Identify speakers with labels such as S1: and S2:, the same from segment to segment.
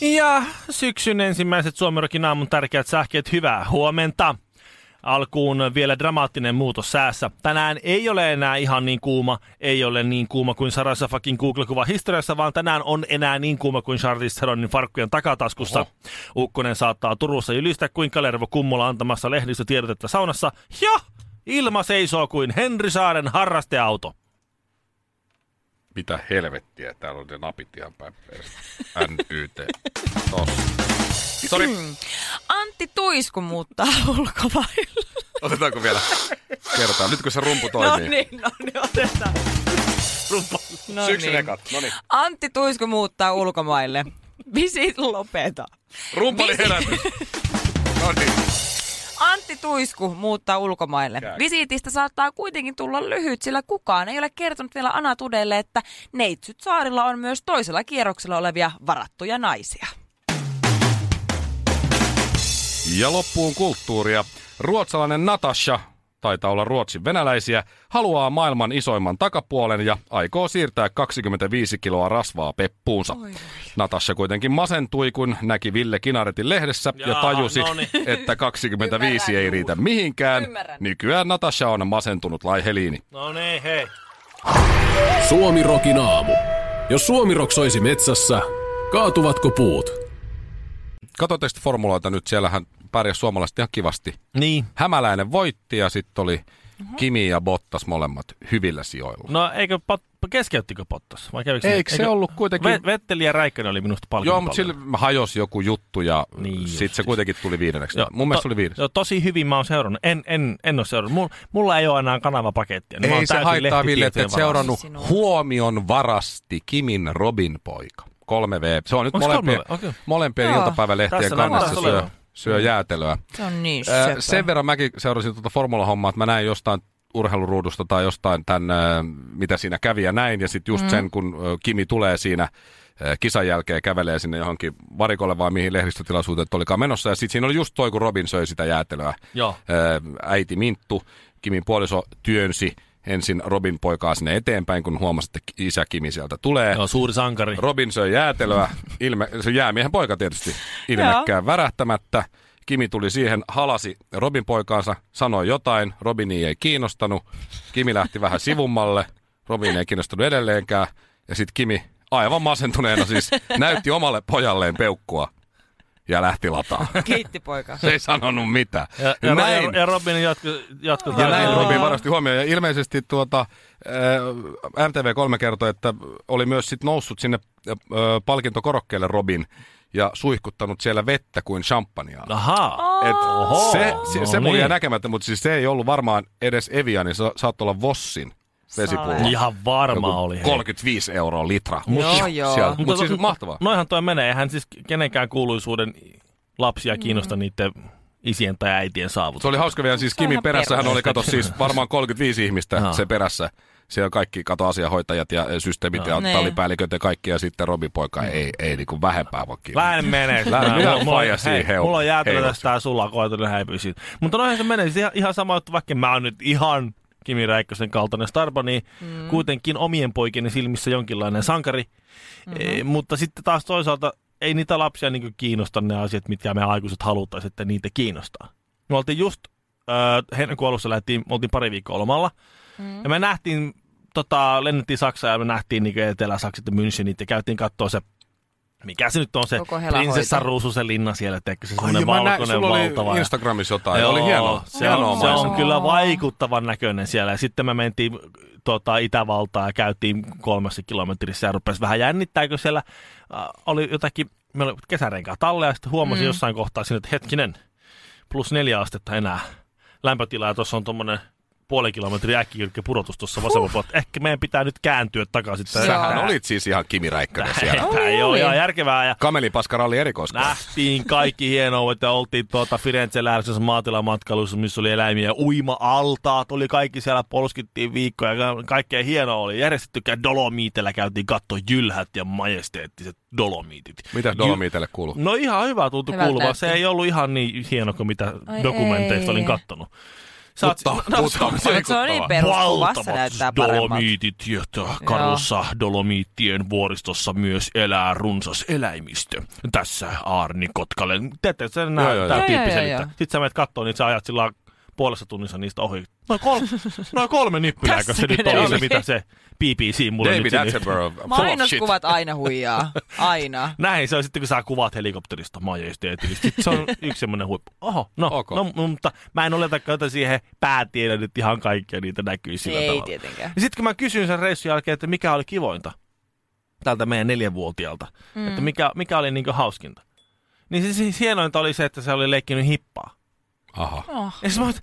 S1: Ja syksyn ensimmäiset Suomirokin aamun tärkeät sähkeet, hyvää huomenta. Alkuun vielä dramaattinen muutos säässä. Tänään ei ole enää ihan niin kuuma, ei ole niin kuuma kuin Sarasafakin Google-kuva historiassa, vaan tänään on enää niin kuuma kuin Charles Theronin farkkujen takataskussa. Oho. Ukkonen saattaa Turussa ylistää kuin Kalervo Kummola antamassa lehdistötiedotetta saunassa. Ja ilma seisoo kuin Henri Saaren harrasteauto.
S2: Mitä helvettiä, täällä on ne napit ihan päin perse. NYT. Tossa. Sori,
S3: Mm. Antti Tuisku muuttaa ulkomaille.
S2: otetaanko vielä kertaa? Nyt kun se rumpu
S3: No
S2: toimii.
S3: niin, no niin, otetaan. No
S2: Syksyn
S3: niin.
S2: ekat. No niin.
S3: Antti Tuisku muuttaa ulkomaille. Visit lopeta.
S2: Rumpu oli
S3: Niin.
S2: herännyt. No niin.
S3: Antti Tuisku muuttaa ulkomaille.
S2: Käy.
S3: Visiitistä saattaa kuitenkin tulla lyhyt, sillä kukaan ei ole kertonut vielä Ana Tudelle, että Neitsyt saarilla on myös toisella kierroksella olevia varattuja naisia.
S2: Ja loppuun kulttuuria. Ruotsalainen Natasha, taitaa olla ruotsin venäläisiä, haluaa maailman isoimman takapuolen ja aikoo siirtää 25 kiloa rasvaa peppuunsa. Natasha kuitenkin masentui, kun näki Ville Kinaretin lehdessä ja,
S1: Jaa,
S2: tajusi,
S1: no niin.
S2: että 25
S3: Ymmärrän.
S2: ei riitä mihinkään.
S3: Ymmärrän.
S2: Nykyään Natasha on masentunut laiheliini.
S1: No niin, hei.
S4: Suomi Rokin aamu. Jos Suomi Rock soisi metsässä, kaatuvatko puut?
S2: Katsotteko te formuloita nyt? Siellähän pärjäs suomalaiset ihan kivasti.
S1: Niin.
S2: Hämäläinen voitti ja sitten oli
S3: Mhm.
S2: Kimi ja Bottas molemmat hyvillä sijoilla.
S1: No eikö pot, keskeyttikö Pottas? Vai kävikö
S2: Eikö se ollut kuitenkin-
S1: Ve, Vetteli ja Räikkönen oli minusta paljon.
S2: Joo, mutta sillä hajosi joku juttu ja
S1: Niin
S2: niin
S1: just.
S2: sitten se kuitenkin tuli viidenneksi. Mun mielestä se oli viides.
S1: Joo, tosi hyvin mä oon seurannut. En, en, en ole seurannut. Mulla, mulla ei ole enää kanavapakettia. Niin mä oon
S2: Ei se
S1: täysin
S2: haittaa, Ville, että
S1: lehtitietojen
S2: et
S1: varassa.
S2: seurannut
S3: Sinua.
S2: huomion varasti Kimin Robin poika. 3V. Se on nyt
S1: Onks
S2: molempien,
S1: kolme V? Okei.
S2: molempien
S3: Joo.
S2: iltapäivälehtien
S1: Tässä näin
S2: kannessa
S1: taas
S2: syö,
S1: oleva.
S2: syö jäätelöä.
S3: Se on niin
S2: Ää,
S3: söpö.
S2: sen verran mäkin seurasin tuota formulahommaa, että mä näin jostain urheiluruudusta tai jostain tämän, ää, mitä siinä kävi ja näin. Ja sitten just mm. sen, kun ää, Kimi tulee siinä ää, kisan jälkeen kävelee sinne johonkin varikolle vai mihin lehdistötilaisuuteen olikaan menossa. Ja sitten siinä oli just toi, kun Robin söi sitä jäätelöä.
S1: Joo.
S2: Ää, äiti Minttu, Kimin puoliso, työnsi ensin Robin poikaa sinne eteenpäin, kun huomasi, että isä Kimi sieltä tulee.
S1: Joo, suuri sankari.
S2: Robin söi jäätelöä, ilme, se jäämiehen poika tietysti, ilmekkään värähtämättä. Kimi tuli siihen, halasi Robin poikaansa, sanoi jotain, Robini ei kiinnostanut. Kimi lähti vähän sivummalle, Robin ei kiinnostanut edelleenkään. Ja sitten Kimi aivan masentuneena siis näytti omalle pojalleen peukkua ja lähti lataa.
S3: Kiitti poika.
S2: Se ei sanonut mitään.
S1: ja, ja,
S2: näin,
S1: ja, ja Robin jatko, jatko
S2: ja näin Robin varasti huomioon. Ja ilmeisesti tuota, eh, ää, MTV3 kertoi, että oli myös sit noussut sinne ää, palkintokorokkeelle Robin ja suihkuttanut siellä vettä kuin champagnea.
S1: Ahaa.
S2: Et se se,
S1: no
S2: se mulla jäi
S1: niin.
S2: näkemättä, mutta siis se ei ollut varmaan edes Evia, niin se saattoi olla Vossin vesipullo.
S1: Ihan varma
S2: Joku
S1: oli. hei.
S2: 35 euroa litra.
S3: Joo, joo.
S2: Mutta mut siis mahtavaa.
S1: tota, Noihan toi menee. Eihän siis kenenkään kuuluisuuden lapsia
S2: Mm.
S1: kiinnosta niiden isien tai äitien
S2: Se
S1: saavutus.
S2: oli hauska vielä, siis
S3: Se on
S2: Kimin
S3: ihan
S2: perässähän
S3: perus.
S2: oli, kato siis varmaan 35 ihmistä
S1: Joo.
S2: se perässä. Siellä kaikki kato asianhoitajat ja ja systeemit ja
S3: Niin.
S2: tallipäälliköt ja kaikki ja sitten Robin poika ei, ei niinku vähempää voi kiinni.
S1: Lähden menee.
S2: Lähden, minä
S1: Mulla- mulla-
S2: faija siihen,
S1: hei,
S2: heu-
S1: Mulla on jäätelö
S2: heilos.
S1: tästä tää sulla koetellut häipyy siitä. Mutta noihin se menee. Siis ihan, ihan sama, että vaikka mä oon nyt ihan Kimi Räikkösen kaltainen starpa, niin mm. kuitenkin omien poikien silmissä jonkinlainen sankari. Mm-hmm. E, mutta sitten taas toisaalta ei niitä lapsia niin kiinnosta ne asiat, mitkä me aikuiset haluttaisiin, että niitä kiinnostaa. Me oltiin just öö, heinäkuun alussa lähdettiin, me oltiin pari viikkoa lomalla. Mm. Ja me nähtiin, tota, lennettiin Saksaan ja me nähtiin niin Etelä-Saksit ja Münchenit ja käytiin katsoa se, mikä se nyt on se
S3: Koko helahoito.
S1: prinsessa Ruususen linna siellä, teekö se
S2: Ai,
S1: semmoinen
S2: mä näin,
S1: valkoinen
S2: sulla oli
S1: valtava. ja-
S2: Instagramissa jotain, Joo, oli hienoa.
S1: se, on, se on
S2: maisema.
S1: kyllä vaikuttavan näköinen siellä. Ja sitten me mentiin tuota, Itävaltaan ja käytiin kolmessa kilometrissä ja rupesi vähän jännittääkö siellä. Äh, oli jotakin, meillä oli kesärenkaa talle ja sitten huomasin mm. jossain kohtaa siinä, että hetkinen, plus neljä astetta enää lämpötilaa ja tuossa on tuommoinen puolen kilometrin äkkijyrkkä pudotus tuossa vasemmalla puolella. Ehkä meidän pitää nyt kääntyä takaisin. Tää-
S2: Sähän
S1: tää-
S2: olit siis ihan Kimi Räikkönen siellä.
S1: Tämä ei ole ihan järkevää. Ja
S2: Kamelipaskaralli erikoiskoulu.
S1: Nähtiin kaikki hienoudet ja oltiin tuota Firenze lähdössä maatilamatkailussa, missä oli eläimiä ja uima-altaat. Oli kaikki siellä, polskittiin viikkoja ja ka- kaikkea hienoa oli. Järjestettykään Dolomiitellä käytiin katto jylhät ja majesteettiset Dolomiitit.
S2: Mitä Dolomiitelle kuuluu?
S1: No ihan hyvä tuntui
S3: Hyvältä
S1: kuuluvan.
S3: näytti.
S1: Se ei ollut ihan niin hieno kuin mitä
S3: Ai
S1: dokumenteista
S3: ei.
S1: olin kattonut. Sä oot-
S2: Mutta, mutta,
S3: No, se on niin pe- Peruskuvassa näyttää
S1: Valtavat
S3: paremmalta.
S1: dolomiitit, jota karussa dolomiittien vuoristossa myös elää runsas eläimistö. Tässä Arni Kotkalen. Teette sen
S2: Joo,
S1: näin,
S2: joo,
S1: tää
S3: joo.
S1: tyyppi
S3: Joo, joo,
S1: selittää.
S3: joo.
S1: Sitten sä menet kattoo, niin sä ajat sillä puolessa tunnissa niistä ohi. Noin kolme, noin kolme nippylääkö se
S3: Tässäkö
S1: nyt
S3: ne
S1: oli se,
S3: oli?
S1: mitä se BBC mulle
S2: David
S1: nyt sinne-
S2: Attenborough. full of shit.
S3: Mainoskuvat aina huijaa. Aina.
S1: Näin se on sitten, kun sä kuvaat helikopterista majesteetillisesti. Se on yksi semmoinen huippu. Oho, no,
S2: Ok.
S1: no, mutta mä en oletakaan, että siihen päätiedä nyt ihan kaikkea niitä näkyy sillä
S3: Ei
S1: tavalla.
S3: tietenkään.
S1: Ja sitten Niin kun mä kysyin sen reissun jälkeen, että mikä oli kivointa tältä meidän neljänvuotiaalta, mm. että mikä, mikä oli niinku hauskinta. Niin se siis hienointa oli se, että se oli leikkinyt hippaa.
S2: Aha.
S1: Ja siis mä oon,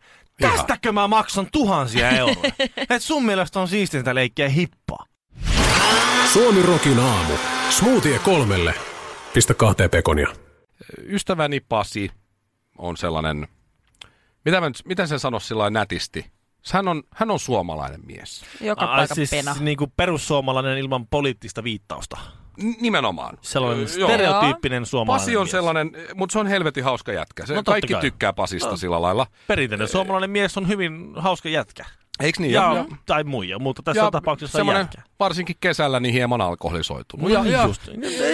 S1: tästäkö mä maksan tuhansia euroja? Et sun mielestä on siistintä leikkiä hippaa.
S4: Suomi Rokin aamu. Smoothie kolmelle. Pistä kahteen pekonia.
S2: Ystäväni Pasi on sellainen, mitä mä nyt, miten sen sanoisi sillä lailla nätisti? Hän on, hän on suomalainen mies.
S3: Joka
S1: Ai
S3: paikan
S1: siis
S3: pena.
S1: niinku perussuomalainen ilman poliittista viittausta.
S2: N- nimenomaan.
S1: Sellainen
S2: Joo.
S1: stereotyyppinen suomalainen
S2: Pasi on
S1: mies.
S2: sellainen, mutta se on helvetin hauska jätkä. Se,
S1: No
S2: no,
S1: totta
S2: kaikki
S1: kai.
S2: tykkää Pasista
S3: Ah.
S2: no. sillä lailla.
S1: Perinteinen suomalainen mies on hyvin hauska jätkä.
S2: Eikö niin?
S1: Ja, tai muija, mutta tässä on tapauksessa
S2: semmonen
S1: jätkä.
S2: varsinkin kesällä niin hieman alkoholisoitunut.
S1: No niin just.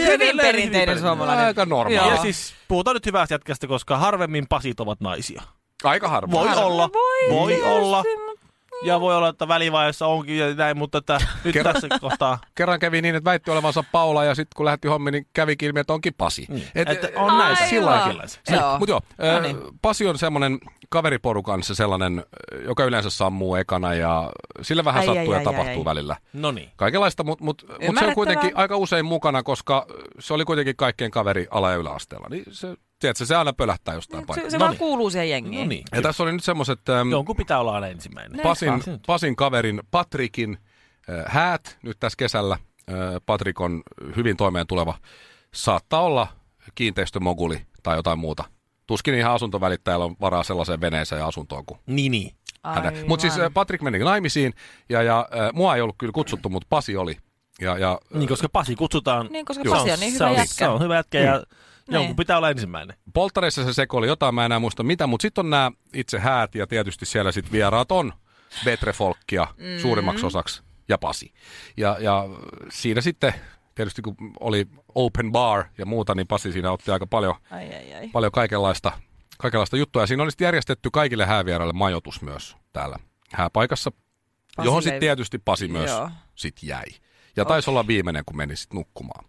S3: Hyvin perinteinen suomalainen.
S2: Aika normaali.
S3: Joo.
S1: Ja siis puhutaan nyt hyvästä jätkästä, koska harvemmin pasit ovat naisia.
S2: Aika harvoin.
S1: Voi olla, voi,
S2: tietysti,
S1: olla.
S3: Siis,
S1: Ja voi olla, että välivaiheessa onkin ja näin, mutta että nyt
S2: Kerro.
S1: tässä kohtaa,
S2: kerran kävi niin, että väitti olevansa Paula ja sitten kun lähti hommiin, niin kävi ilmi, että onkin Pasi. Niin.
S1: Mm. että on näin.
S3: Aivan.
S1: Sillä lailla kenellänsä.
S3: Joo.
S2: Mutta joo,
S3: No
S2: no
S3: niin.
S2: niin. Pasi on semmoinen kaveriporukansa sellainen, joka yleensä sammuu ekana ja sillä vähän
S3: Ai,
S2: ai, sattuu
S3: ai,
S2: ai, ja ai,
S3: ai, ai,
S2: tapahtuu
S3: ai.
S2: ai. välillä.
S1: No niin.
S2: Kaikenlaista, mutta mut, mut se
S3: Ymmärrettävää.
S2: on kuitenkin aika usein mukana, koska se oli kuitenkin kaikkien kaveri ala- ja yläasteella. Niin se, tiedätkö, se aina pölähtää jostain
S3: Se,
S2: paikasta.
S3: se
S1: No
S3: vaan
S1: niin.
S3: kuuluu siihen jengiin.
S1: No niin.
S2: Ja tässä oli nyt semmoiset ähm,
S1: Jonkun pitää olla aina ensimmäinen.
S2: Pasin,
S1: se nyt.
S2: Pasin kaverin Patrikin äh, häät nyt tässä kesällä. Äh, Patrik on hyvin toimeen tuleva. Saattaa olla kiinteistömoguli tai jotain muuta. Tuskin ihan asuntovälittäjällä on varaa sellaiseen veneeseen ja asuntoon kuin
S1: Niin, niin.
S2: hänen. Mutta siis äh, Patrik meni naimisiin ja, ja äh, mua ei ollut kyllä kutsuttu, mutta Pasi oli. Ja, ja,
S1: Niin, koska Pasi kutsutaan.
S3: Niin, koska
S1: Se
S3: Pasi on niin
S1: se
S3: hyvä
S1: on-
S3: jätkä.
S1: Se on hyvä jätkä ja
S3: Niin.
S1: jonkun pitää olla ensimmäinen.
S2: polttareissa se sekoili jotain, mä enää muista mitä, mutta sitten on nämä itse häät ja tietysti siellä sitten vieraat on Betrefolkkia mm. suurimmaksi osaksi ja Pasi. Ja, ja siinä sitten tietysti kun oli open bar ja muuta, niin Pasi siinä otti aika paljon,
S3: Ai, ai, Niin, ai.
S2: paljon kaikenlaista, kaikenlaista juttua. Ja siinä oli sitten järjestetty kaikille häävieraille majoitus myös täällä hääpaikassa, Pasi johon sitten
S3: ei-
S2: tietysti Pasi myös
S3: Joo.
S2: sit jäi. Ja taisi olla viimeinen, kun meni sitten nukkumaan.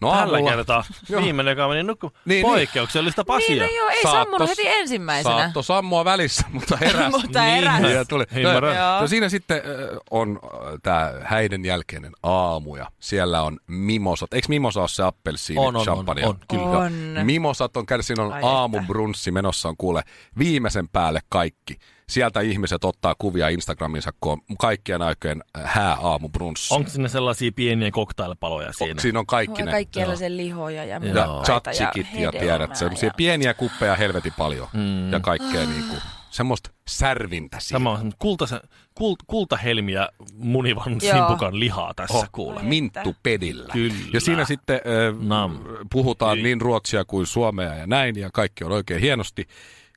S2: No
S1: Tällä
S2: aamulla-
S1: kertaa
S2: Joo.
S1: viimeinen, joka meni nukkumaan.
S2: niin.
S1: Poikkeuksellista
S3: Niin,
S1: Pasia.
S3: no joo, ei
S2: Saatto-
S3: sammunut heti ensimmäisenä.
S2: Saatto sammua välissä, mutta heräsi. Niin,
S3: Mutta heräsi.
S2: Ja tuli.
S1: Ymmärrän.
S3: Joo.
S2: No, siinä sitten äh, on tämä häiden jälkeinen aamu ja siellä on mimosat. Eikö mimosa ole se appelsiini,
S1: On, on, on,
S2: champagne?
S1: on, kyllä.
S3: On.
S2: Mimosat on kärsii, siinä on
S3: Ai että.
S2: aamubrunssi menossa on kuule viimeisen päälle kaikki. Sieltä ihmiset ottaa kuvia Instagraminsa, kun on kaikkien aikojen äh, hääaamubrunssi.
S1: Onko sinne sellaisia pieniä koktailpaloja siinä?
S2: Siinä on kaikki ne.
S3: Kaikkialaisen lihoja ja
S2: ja
S1: Joo.
S2: tzatzikit ja, tiedät, semmoisia pieniä kuppeja helvetin paljon
S1: Mm.
S2: ja
S3: Ah.
S2: kaikkea niinku, semmoista särvintä siinä.
S1: Tämä on semmoista kultase, kult, kultahelmiä munivan
S3: Joo.
S1: simpukan lihaa tässä oh.
S2: Oh,
S1: kuule.
S2: Minttu pedillä.
S1: Kyllä.
S2: Ja siinä sitten ö,
S1: Nam.
S2: puhutaan
S1: Yi.
S2: niin ruotsia kuin suomea ja näin, ja kaikki on oikein hienosti.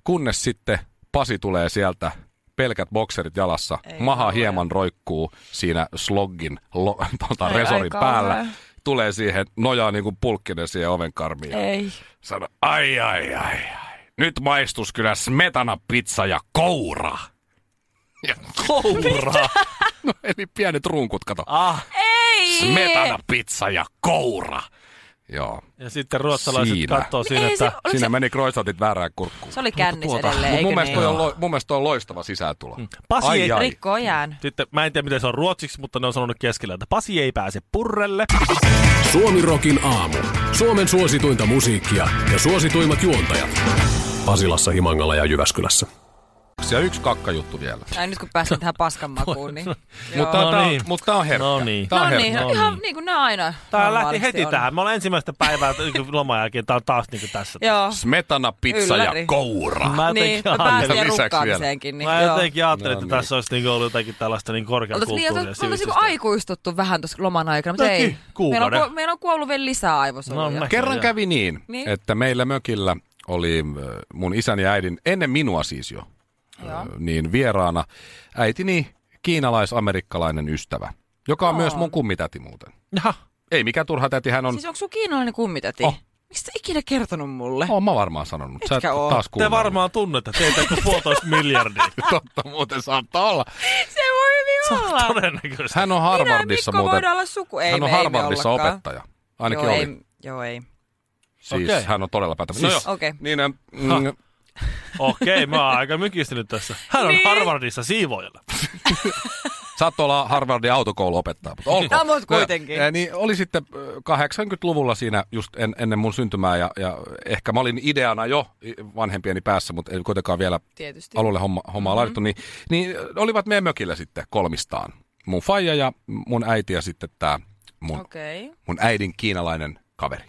S2: Kunnes sitten Pasi tulee sieltä, pelkät bokserit jalassa,
S3: Ei
S2: maha
S3: kauhean.
S2: hieman roikkuu siinä sloggin lo, tuota,
S3: Ei,
S2: resorin
S3: ai
S2: päällä.
S3: kauhean.
S2: Tulee siihen, nojaa niin kuin pulkkinen siihen oven karmiin. ja
S3: Ei.
S2: Sano, ai ai ai ai. Nyt maistus kyllä smetana pizza ja koura. Ja koura? no eli pienet runkut, kato.
S1: Ah,
S3: Ei!
S2: Smetana pizza ja koura. Joo.
S1: ja sitten ruotsalaiset
S2: Siinä.
S1: katsoo siinä,
S3: Ei
S1: että...
S3: se, oliko
S2: Siinä
S3: se,
S2: meni croissantit väärään kurkkuun.
S3: se oli kännis
S1: Tuota,
S3: edelleen,
S2: Mut
S3: eikö
S2: mun, mielestä
S3: niin? Mm.
S2: toi on, lo, mun mielestä toi on loistava sisääntulo.
S1: Pasi
S2: ai,
S1: ei-
S2: ai.
S3: Rikko jään.
S1: Sitten, mä en tiedä, miten se on ruotsiksi, mutta ne on sanonut keskellä, että Pasi ei pääse purrelle.
S4: Suomi Rokin aamu. Suomen suosituinta musiikkia ja suosituimmat juontajat. Pasilassa, Himangalla ja Jyväskylässä.
S2: kakkosia. Yksi kakkajuttu vielä.
S3: Näin nyt kun päästään tähän paskan makuun, niin... joo.
S2: Mutta
S1: No
S2: tämä
S1: niin.
S2: on, mut tää on herkkä.
S1: No niin.
S2: Tää on
S3: no
S2: herkkä.
S3: niin,
S1: no
S3: ihan
S1: niin.
S3: niin kuin ne aina
S1: Tää lähti
S3: normaalisti
S1: heti
S3: on.
S1: tähän. Mä olen ensimmäistä päivää niinku loman jälkeen. Tää on taas niinku tässä.
S3: Joo,
S2: Smetana, pizza
S3: Ylläri.
S2: ja koura.
S1: Mä jotenkin
S3: niin, mä
S1: ajattelin-
S3: pääsin
S2: Sen lisäksi
S3: rukkaamiseenkin. Niin,
S1: Mä
S3: joo.
S1: jotenkin ajattelin,
S2: No
S1: että
S2: niin.
S1: tässä olisi niinku ollut jotakin tällaista niin
S3: Oltaisiin
S1: korkeakulttuuria
S3: liian,
S1: ja
S3: me oltaisiin
S1: sivistystä.
S3: niinku aikuistuttu vähän tuossa loman aikana, mutta
S1: Toki,
S3: ei. Meillä on,
S1: kuukauden.
S3: ku- meillä on kuollut vielä lisää aivosoluja.
S1: No, mä-
S2: Kerran
S1: Joo.
S2: kävi niin,
S3: Niin.
S2: niin, että meillä mökillä oli ö, mun isän ja äidin, ennen minua siis jo, ö,
S3: Joo.
S2: niin vieraana äitini kiinalais-amerikkalainen ystävä, joka on myös mun kummitäti muuten.
S1: Jaha.
S2: Ei mikä turha täti, hän on,
S3: Siis onko sun kiinalainen kummitäti?
S2: Oh.
S3: Miksi sä ikinä kertonut mulle?
S2: oon mä varmaan sanonut, sä et
S3: Etkä oo.
S2: taas
S1: Te
S2: kuunnellut.
S1: varmaan tunnette teitä kuin puolitoista miljardia.
S2: Totta muuten saattaa olla.
S3: Se voi hyvin olla.
S1: Todennäköisesti.
S2: Hän on
S3: Minä ja
S2: Harvardissa
S3: Mikko muuten.
S2: muuten,
S3: voidaan olla suku. Ei,
S2: hän on
S3: me, ei me
S2: Harvardissa
S3: ollakaan.
S2: opettaja. Ainakin
S3: joo,
S2: oli.
S3: Ei, joo, ei.
S2: Siis
S1: Okei.
S2: hän on todella päätävä. No joo,
S1: Siis-
S3: Okei.
S2: niin, ö, mm,
S1: Ha. Okei, mä oon aika mykistynyt tässä. Hän on
S3: Niin.
S1: Harvardissa siivoojalla.
S2: Saattoi olla Harvardin autokoulu opettaa, mutta olkoon.
S3: No, mut kuitenkin.
S2: Ja, niin oli sitten ö, 80-luvulla siinä just en, ennen mun syntymää ja, ja ehkä mä olin ideana jo vanhempieni päässä, mutta ei kuitenkaan vielä
S3: Tietysti.
S2: alulle homma, hommaa mm-hmm. laitettu, niin, niin olivat meidän mökillä sitten kolmistaan. Mun faija ja mun äiti ja sitten tämä mun, okay.
S3: Okei. Okay.
S2: mun äidin kiinalainen kaveri.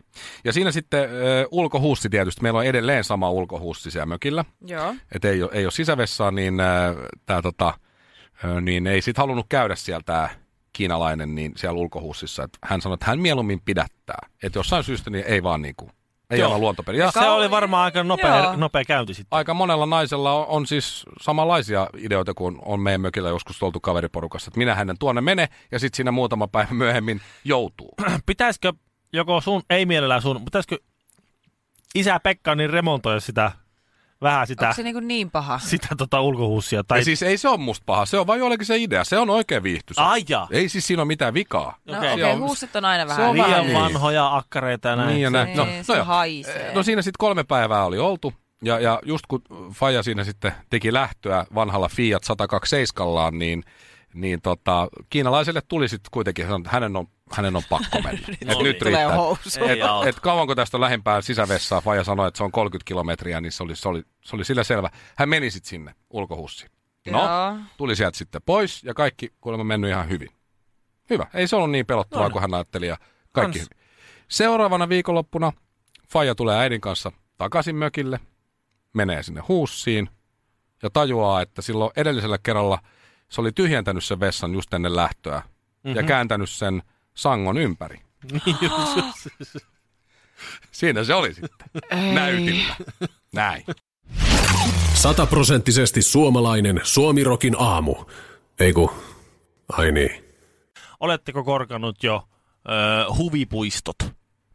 S2: Ja siinä sitten ö, ulkohuussi tietysti, meillä on edelleen sama ulkohuussi siellä mökillä
S3: Joo.
S2: että ei ole, ei ole sisävessaa, niin, äh, tää, tota, äh, niin ei sit halunnut käydä siellä tää kiinalainen niin siellä ulkohuussissa. Et hän sanoi, että hän mieluummin pidättää. Että jossain syystä niin ei vaan niinku, ei
S1: Joo.
S2: ole luontopeli. Ja
S1: Se oli varmaan aika nopea,
S3: Joo.
S1: nopea käynti sitten.
S2: aika monella naisella on, on siis samanlaisia ideoita kuin on meidän mökillä joskus oltu kaveriporukassa. Että minä hänen tuonne mene ja sitten siinä muutama päivä myöhemmin joutuu.
S1: Ah, Pitäisikö joko sun, ei mielellään sun, pitäisikö isä Pekka niin remontoida sitä, vähän sitä,
S3: Onko se niin, niin paha?
S1: sitä tota ulkohuussia? Tai...
S2: Ja siis ei se ole musta paha, se on vain jollekin se idea. Se on oikein viihtyisä.
S1: Ai jaa.
S2: Ei siis siinä ole mitään vikaa.
S3: No
S1: Okei.
S3: okei,
S2: Se
S3: okay,
S2: on-
S3: huussit on aina
S2: se
S3: vähän.
S2: on
S1: Liian
S2: Vähän niin.
S1: vanhoja akkareita ja näin.
S2: Niin ja näin.
S3: Niin,
S2: No,
S3: se
S2: no, joo.
S3: haisee.
S2: no siinä sitten kolme päivää oli oltu. Ja, ja just kun Faja siinä sitten teki lähtöä vanhalla Fiat 127 niin, niin tota, kiinalaiselle tuli sitten kuitenkin, hän sanoi, että hänen on, hänen on pakko mennä. nyt,
S1: Tulee
S2: nyt
S3: Tulee
S2: riittää.
S3: housu.
S1: Ei
S2: Et,
S1: auta.
S2: et kauanko tästä on lähimpään sisävessaa, Faja sanoi, että se on 30 kilometriä, niin se oli, se oli, se oli sillä selvä. Hän meni sitten sinne ulkohussiin. No,
S3: Joo.
S2: tuli sieltä sitten pois ja kaikki kuulemma mennyt ihan hyvin. Hyvä, ei se ollut niin pelottavaa
S1: No niin.
S2: kuin hän ajatteli ja kaikki
S1: Kans.
S2: hyvin. Seuraavana viikonloppuna Faija tulee äidin kanssa takaisin mökille, menee sinne huussiin ja tajuaa, että silloin edellisellä kerralla se oli tyhjentänyt sen vessan just ennen lähtöä mm-hmm. ja
S1: Mhm.
S2: kääntänyt sen sangon ympäri.
S1: Niin
S2: Siinä se oli sitten. Näytillä. Näin.
S4: Sataprosenttisesti suomalainen Suomirokin aamu. Ei ku, ai niin.
S1: Oletteko korkannut jo ö, huvipuistot?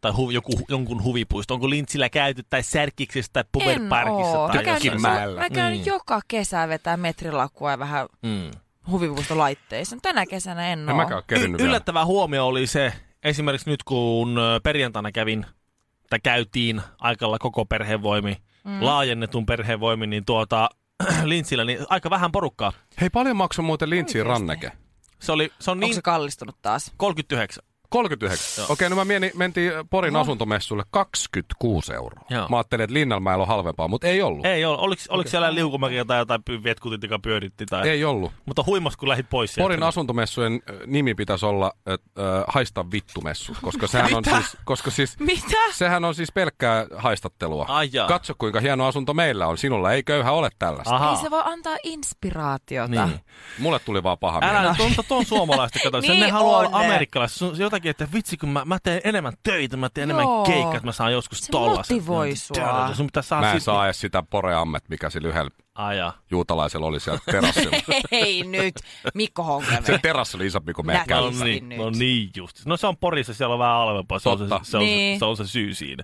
S1: Tai hu, joku, jonkun huvipuisto? Onko Lintsillä käyty tai Särkiksessä tai Puberparkissa?
S3: oo.
S1: Tai
S3: Mä käyn-
S1: jossain?
S2: Mäellä.
S3: Mä käyn
S1: Niin.
S3: joka kesä vetää metrilakua ja vähän
S1: Mm.
S3: huvipuistolaitteissa. Tänä kesänä en
S2: En
S3: oo.
S2: mäkään ole kerennyt
S1: Y-
S2: vielä.
S1: yllättävä huomio oli se, esimerkiksi nyt kun ö, perjantaina kävin, tai käytiin aikalla koko perhevoimi, mm. laajennetun perhevoimi, niin tuota, Lintsillä niin aika vähän porukkaa.
S2: Hei, paljon maksoi muuten lintsiin
S3: Oikeesti.
S2: ranneke?
S1: Se, oli, se on
S3: Onko
S1: niin
S3: se kallistunut taas?
S1: 39.
S2: 39. Okei, no mä mieni, mentiin Porin asuntomessulle 26 euroa.
S1: No. Joo.
S2: Mä ajattelin, että Linnanmäellä on halvempaa, mutta ei ollut.
S1: Ei ole. Oliko, oliko siellä liukumäkiä tai jotain py- vetkutit, joka pyöritti? Tai...
S2: Ei ollut.
S1: Mutta huimas, kun lähit pois sieltä.
S2: Porin asuntomessujen ö, nimi pitäisi olla ö, ö, Haista vittumessut, koska sehän on siis, koska siis,
S3: Mitä?
S2: sehän on siis pelkkää haistattelua.
S1: Ai jaa.
S2: Katso, kuinka hieno asunto meillä on. Sinulla ei köyhä ole
S1: Ah.
S2: tällaista.
S3: Ei se voi antaa inspiraatiota.
S1: Niin.
S2: Mulle tuli vaan paha
S1: Älä
S2: mieli.
S1: nyt, on, tuo on suomalaista, kato. Sen
S3: Niin
S1: ne haluaa
S3: on
S1: olla
S3: ne.
S1: amerikkalaiset. Se on jotakin, että vitsi, kun mä, mä teen enemmän töitä, mä teen enemmän
S3: Joo.
S1: keikkaa, että mä saan joskus
S3: Se
S1: tollasen.
S3: motivoi
S1: Niin,
S3: sua.
S1: täällä, Sun pitää saada
S2: Mä en
S1: sit-
S2: saa edes sitä poreammet, mikä sillä yhdellä
S1: Aja.
S2: juutalaisella oli siellä terassilla.
S3: Hei nyt, Mikko
S2: Se
S3: Honkanen.
S2: terassi oli isompi kuin meidän
S3: Näkö.
S2: käy.
S1: No
S3: Kävisin
S1: niin,
S3: nyt.
S1: no niin just. No se on Porissa, siellä on vähän halvempaa. Se, on se,
S2: Totta.
S1: se, on, se,
S3: Niin.
S1: se on se syy siinä.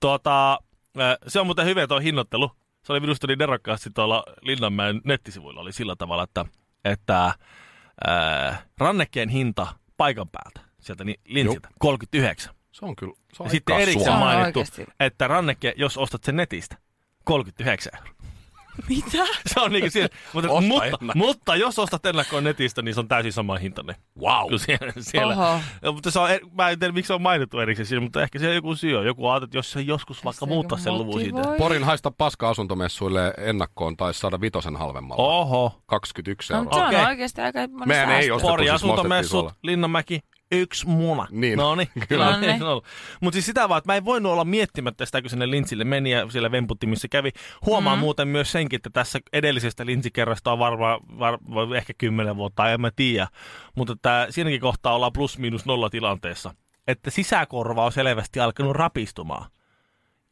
S1: Tuota, ö, se on muuten hyvä tuo hinnoittelu. Se oli minusta niin nerokkaasti tuolla Linnanmäen nettisivuilla oli sillä tavalla, että, että ää, rannekkeen hinta paikan päältä sieltä niin linsiltä, 39.
S2: Se on kyllä, se on
S1: Ja sitten
S2: aika
S1: erikseen
S2: suora.
S3: Suomi.
S1: mainittu,
S3: Oikeesti.
S1: että ranneke, jos ostat sen netistä, 39 euroa.
S3: Mitä?
S1: se on niinku siinä. Mutta,
S2: Osta
S1: mutta,
S2: ennakko.
S1: mutta, jos ostat ennakkoon netistä, niin se on täysin sama hintainen.
S2: Wow.
S1: Kuin siellä, siellä.
S3: Oho.
S1: Ja, mutta se on, er- mä en tiedä, miksi se on mainittu erikseen siinä, mutta ehkä siellä joku syy on. Joku ajatellut, että jos se joskus vaikka
S3: Se
S1: muuttaa sen luvun
S3: motivoi.
S1: siitä.
S2: Porin haista paska asuntomessuille ennakkoon tai saada vitosen halvemmalla.
S1: Oho.
S2: 21
S3: No,
S2: euroa.
S3: mutta se
S1: Okei.
S3: on oikeasti aika monen
S2: Mehän ei
S3: säästö.
S2: ostettu,
S1: Pori
S2: siis me
S1: asuntomessut,
S2: ostettiin
S1: Linnanmäki, yksi muna.
S2: Niin.
S1: No niin,
S3: Kyllä.
S1: Niin se on ollut. Mutta siis sitä vaan, että mä en voinut olla miettimättä sitä, kun sinne lintsille meni ja siellä vemputti, missä kävi. Huomaan mm. muuten myös senkin, että tässä edellisestä lintsikerrasta on varmaan var, var, ehkä kymmenen vuotta, en mä tiedä. Mutta tää, siinäkin kohtaa ollaan plus miinus nolla tilanteessa. Että sisäkorva on selvästi alkanut rapistumaan.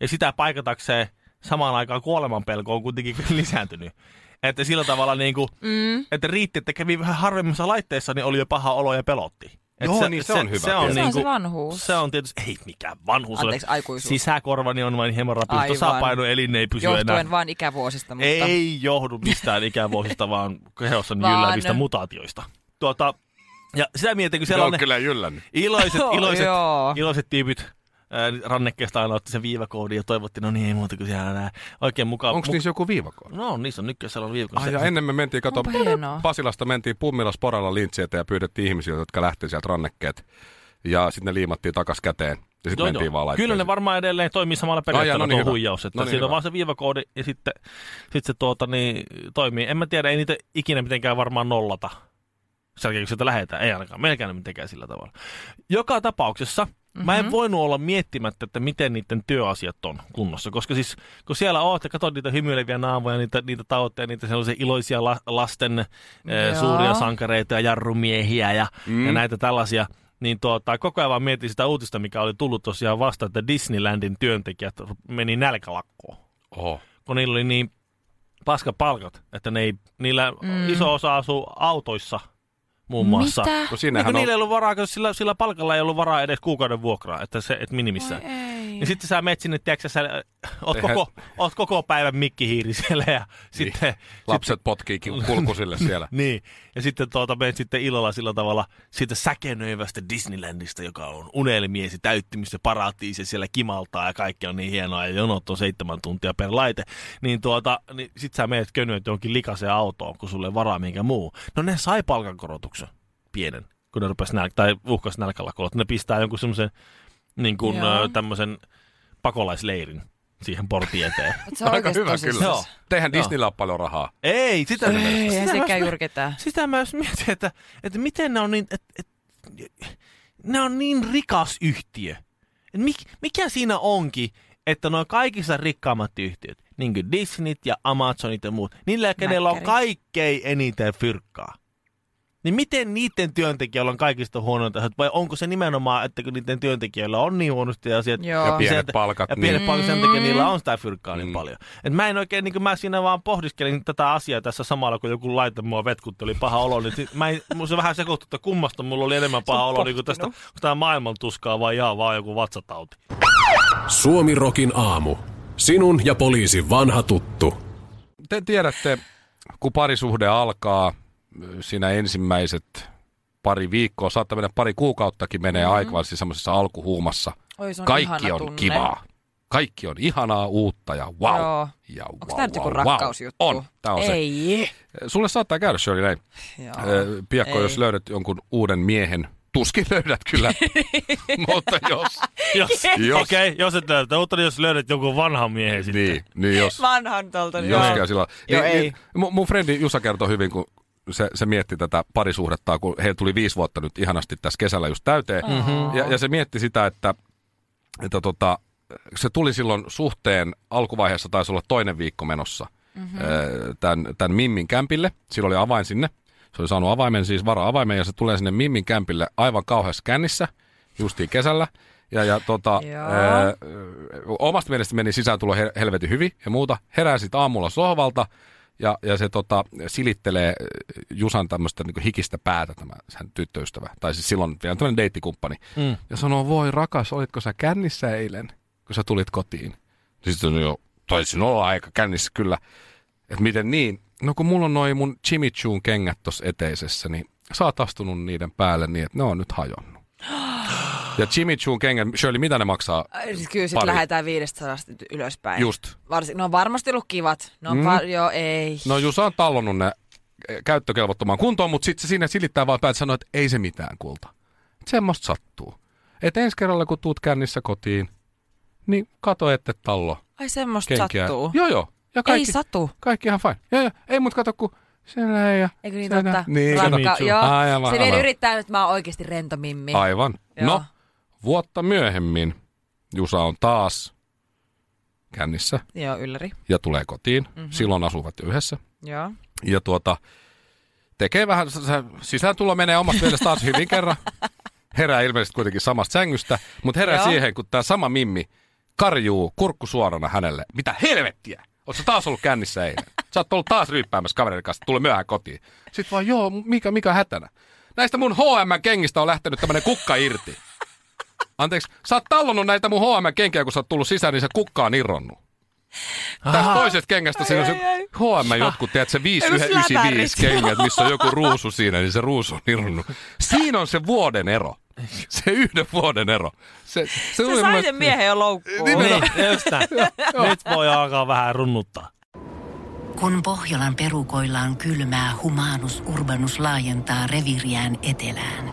S1: Ja sitä paikatakseen samaan aikaan kuolemanpelko on kuitenkin lisääntynyt. Että sillä tavalla niin kuin, mm. että riitti, että kävi vähän harvemmassa laitteessa, niin oli jo paha olo ja pelotti. Et
S2: Joo, niin se on hyvä
S1: Se on,
S2: tieto.
S3: Se on
S1: niin
S3: se
S1: kuin,
S3: vanhuus.
S1: se on tietysti, ei mikään vanhuus. ole.
S3: Anteeksi, aikuisuus.
S1: Sisäkorvani on vain hieman rapistu,
S3: Aivan.
S1: tasapaino elin ei pysy
S3: Johtuen
S1: enää.
S3: vaan ikävuosista, mutta...
S1: Ei johdu mistään ikävuosista, vaan kehossa
S3: Vaan-
S1: jylläävistä mutaatioista. Tuota, ja sitä mietin, kun
S2: Se
S1: siellä on
S2: on
S1: ne
S2: kyllä jyllännyt.
S1: iloiset,
S3: Joo,
S1: iloiset,
S3: joo.
S1: iloiset tyypit ää, rannekkeesta aina otti sen viivakoodin ja toivotti, no niin ei muuta kuin siellä nää. Oikein mukaan.
S2: Onko niissä joku viivakoodi?
S1: No on, niissä on nykyään siellä on viivakoodi.
S2: Ai ja ennen me mentiin, kato,
S3: Onpa hienoa.
S2: Pasilasta mentiin pummilla sporalla lintseitä ja pyydettiin ihmisiä, jotka lähti sieltä rannekkeet. Ja sitten ne liimattiin takas käteen. Ja sitten mentiin vaan laitteisiin.
S1: Kyllä ne varmaan edelleen toimii samalla periaatteella no
S2: no niin,
S1: tuo
S2: hyvä.
S1: huijaus. Että
S2: No
S1: no niin,
S2: niin,
S1: siinä on
S2: hyvä.
S1: vaan se viivakoodi ja sitten sit se tuota, niin, toimii. En mä tiedä, ei niitä ikinä mitenkään varmaan nollata. Sen jälkeen, kun sieltä lähetään. Ei ainakaan melkein mitenkään sillä tavalla. Joka tapauksessa mm-hmm. mä en voinut olla miettimättä, että miten niiden työasiat on kunnossa. Koska siis kun siellä oot ja katsot niitä hymyileviä naamoja, niitä, niitä tauotteja, niitä sellaisia iloisia la, lasten eh,
S3: Joo.
S1: suuria sankareita ja jarrumiehiä ja, mm. ja näitä tällaisia, niin tuota, koko ajan vaan mietin sitä uutista, mikä oli tullut tosiaan vasta, että Disneylandin työntekijät meni nälkälakkoon,
S2: Oho.
S1: kun niillä oli niin paska palkat, että ne ei, niillä mm. iso osa asuu autoissa muun muassa.
S3: Mitä?
S2: No
S1: Niin
S2: siinähän
S1: kun
S2: on...
S1: niillä ei ollut varaa, kun sillä, sillä palkalla ei ollut varaa edes kuukauden vuokraa, että se et minimissään.
S3: Voi ei.
S1: Ja sitten sä menet sinne, tiedätkö, sä, äh, oot,
S2: Eihän-
S1: koko, oot koko päivän mikkihiiri siellä ja
S2: Niin.
S1: sitten...
S2: Lapset potkii ki- kulkusille siellä.
S1: Niin, ja sitten tuota, menet sitten illalla sillä tavalla siitä säkenöivästä Disneylandista, joka on unelmiesi täyttymys ja paratiisi, siellä kimaltaa ja kaikki on niin hienoa ja jonot on seitsemän tuntia per laite, niin, tuota, niin sit sä menet könyöt johonkin likaseen autoon, kun sulle ei varaa minkä muu. No ne sai palkankorotuksen pienen, kun ne rupes nälkä, tai uhkas nälkälakolla, että ne pistää jonkun semmoisen niin kuin,
S3: Joo.
S1: ö, tämmöisen pakolaisleirin siihen portin eteen.
S3: Mut se on
S2: Aika
S3: oikeasti
S2: hyvä
S3: tosissaan.
S2: kyllä.
S1: Joo.
S2: Teihän Disneyllä on paljon rahaa.
S1: ei, sitä
S3: Ei, eihän
S1: sitä mä-
S3: sekään jyrketä.
S1: sitä mä just mietin, että, että miten ne on niin, että, että, ne on niin rikas yhtiö. Et Mik, mikä siinä onkin, että noin kaikissa rikkaammat yhtiöt, niin kuin Disneyt ja Amazonit ja muut, niillä kenellä on
S3: Mäkkärit.
S1: kaikkein eniten fyrkkaa. Niin miten niiden työntekijöillä on kaikista huonointa asiat, vai onko se nimenomaan, että kun niiden työntekijöillä on niin huonosti asiat,
S3: Joo. Ja
S2: pienet
S1: sen-
S2: palkat,
S1: ja
S2: niin-
S1: pienet palkat sen takia niillä on sitä fyrkkaa
S2: Mm.
S1: niin paljon. Et mä en oikein, niin kuin mä siinä vaan pohdiskelin tätä asiaa tässä samalla, kun joku laite mua vetkutti, oli paha olo, niin sit mä en, mun se vähän sekoittui, että kummasta mulla oli enemmän paha olo, niin kuin tästä, onko tämä maailman tuskaa vai jaa, vaan joku vatsatauti.
S4: Suomi Rokin aamu. Sinun ja poliisin vanha tuttu.
S2: Te tiedätte, kun parisuhde alkaa, siinä ensimmäiset pari viikkoa, saattaa mennä pari kuukauttakin menee mm-hmm. aikaa siis semmoisessa alkuhuumassa.
S3: Oi, se on
S2: Kaikki
S3: ihana
S2: on
S3: tunne.
S2: kivaa. Kaikki on ihanaa, uutta ja wow.
S3: Joo.
S2: Ja wow,
S3: Onko tämä nyt joku
S2: wow, wow.
S3: rakkausjuttu?
S2: On, tämä on Ei.
S3: Ei.
S2: se. Sulle saattaa käydä, Shirley, näin.
S3: Joo.
S2: Ö, Piakko,
S3: Ei.
S2: jos löydät jonkun uuden miehen, tuskin löydät kyllä, mutta jos,
S1: Jos,
S2: Jos.
S1: Okei, okay, jos et löydä, mutta jos löydät jonkun vanhan miehen sitten.
S2: niin, niin jos,
S3: Vanhan tolta.
S2: Jos
S3: joo.
S2: käy sillä
S3: Joo,
S2: niin,
S3: ei.
S2: niin, mun, mun frendi Jusa kertoi hyvin, kun se, se mietti tätä parisuhdettaan, kun heillä tuli viisi vuotta nyt ihanasti tässä kesällä just täyteen. Mm-hmm. Ja, ja se mietti sitä, että, että tota, se tuli silloin suhteen alkuvaiheessa, taisi olla toinen viikko menossa, mm-hmm. tämän, tämän Mimmin kämpille. Sillä oli avain sinne. Se oli saanut avaimen, siis vara-avaimen, ja se tulee sinne Mimmin kämpille aivan kauheassa kännissä, justiin kesällä. Ja, ja tota,
S3: Joo.
S2: ää, omasta mielestä meni sisääntulo her- helvetin hyvin ja muuta. Herää sitten aamulla sohvalta ja, ja se tota, silittelee äh, Jusan tämmöistä niin hikistä päätä tämä sen tyttöystävä. Tai siis silloin vielä tämmöinen deittikumppani. Mm. Ja sanoo, voi rakas, olitko sä kännissä eilen, kun sä tulit kotiin? Sitten on jo, taisin olla aika kännissä kyllä. Että miten niin? No kun mulla on noin mun Jimmy Choon kengät tossa eteisessä, niin sä oot astunut niiden päälle niin, että ne on nyt hajonnut. Ja Jimmy Choon kengät, Shirley, mitä ne maksaa?
S3: Siis Kyllä sit
S2: Pari.
S3: lähdetään 500 ylöspäin.
S2: Just.
S3: Varsin, ne on varmasti ollut kivat. Ne on mm. va- joo, ei.
S2: No Jusa on tallonnut ne eh, käyttökelvottomaan kuntoon, mutta sitten se sinne silittää vaan päät sanoo, että ei se mitään kulta. Et semmoista sattuu. Et ensi kerralla, kun tuut kännissä kotiin, niin kato, ette tallo
S3: Ai semmoista
S2: kenkiä.
S3: sattuu.
S2: Joo, joo. Ja
S3: ei
S2: kaikki,
S3: satu.
S2: kaikki ihan fine. Joo, joo. Ei mut kato, kun siellä ei. ja
S3: Eikö niin
S2: siellä-
S3: totta?
S2: Niin, kato.
S3: Rakka,
S1: Mitsu.
S3: joo.
S2: Aivan,
S3: se vielä
S2: aivan.
S3: yrittää, että mä oon oikeasti rento mimmi.
S2: Aivan.
S3: Joo.
S2: No, vuotta myöhemmin Jusa on taas kännissä
S3: Joo, ylläri.
S2: ja tulee kotiin.
S3: Mhm.
S2: Mm-hmm. Silloin asuvat jo yhdessä.
S3: Joo.
S2: Ja tuota, tekee vähän, se- se sisääntulo menee omasta mielestä taas hyvin kerran. Herää ilmeisesti kuitenkin samasta sängystä, mutta herää
S3: Joo.
S2: Joo. siihen, kun tämä sama mimmi karjuu kurkku suorana hänelle. Mitä helvettiä? Oletko taas ollut kännissä eilen? Sä oot ollut taas ryyppäämässä kaverin kanssa, tule myöhään kotiin. Sitten vaan, joo, mikä, mikä hätänä? Näistä mun HM-kengistä on lähtenyt tämmönen kukka irti. Anteeksi, sä oot tallonnut näitä mun HM-kenkiä, kun sä oot tullut sisään, niin se kukka on irronnut. Tästä toisesta kengästä siinä on se HM jotkut, teet se
S3: no Perusläpärit.
S2: 5195 kengät, missä on joku ruusu siinä, niin se ruusu on irronnut. Siinä on se vuoden ero. Se yhden vuoden ero. Se, se,
S3: Se
S2: tuli
S3: sai
S2: mulle-
S3: sen miehen jo loukkuun.
S2: Nimenomaan.
S1: Niin, just näin. Nyt voi alkaa vähän runnuttaa.
S5: Kun Pohjolan perukoillaan kylmää, humanus urbanus laajentaa reviriään etelään.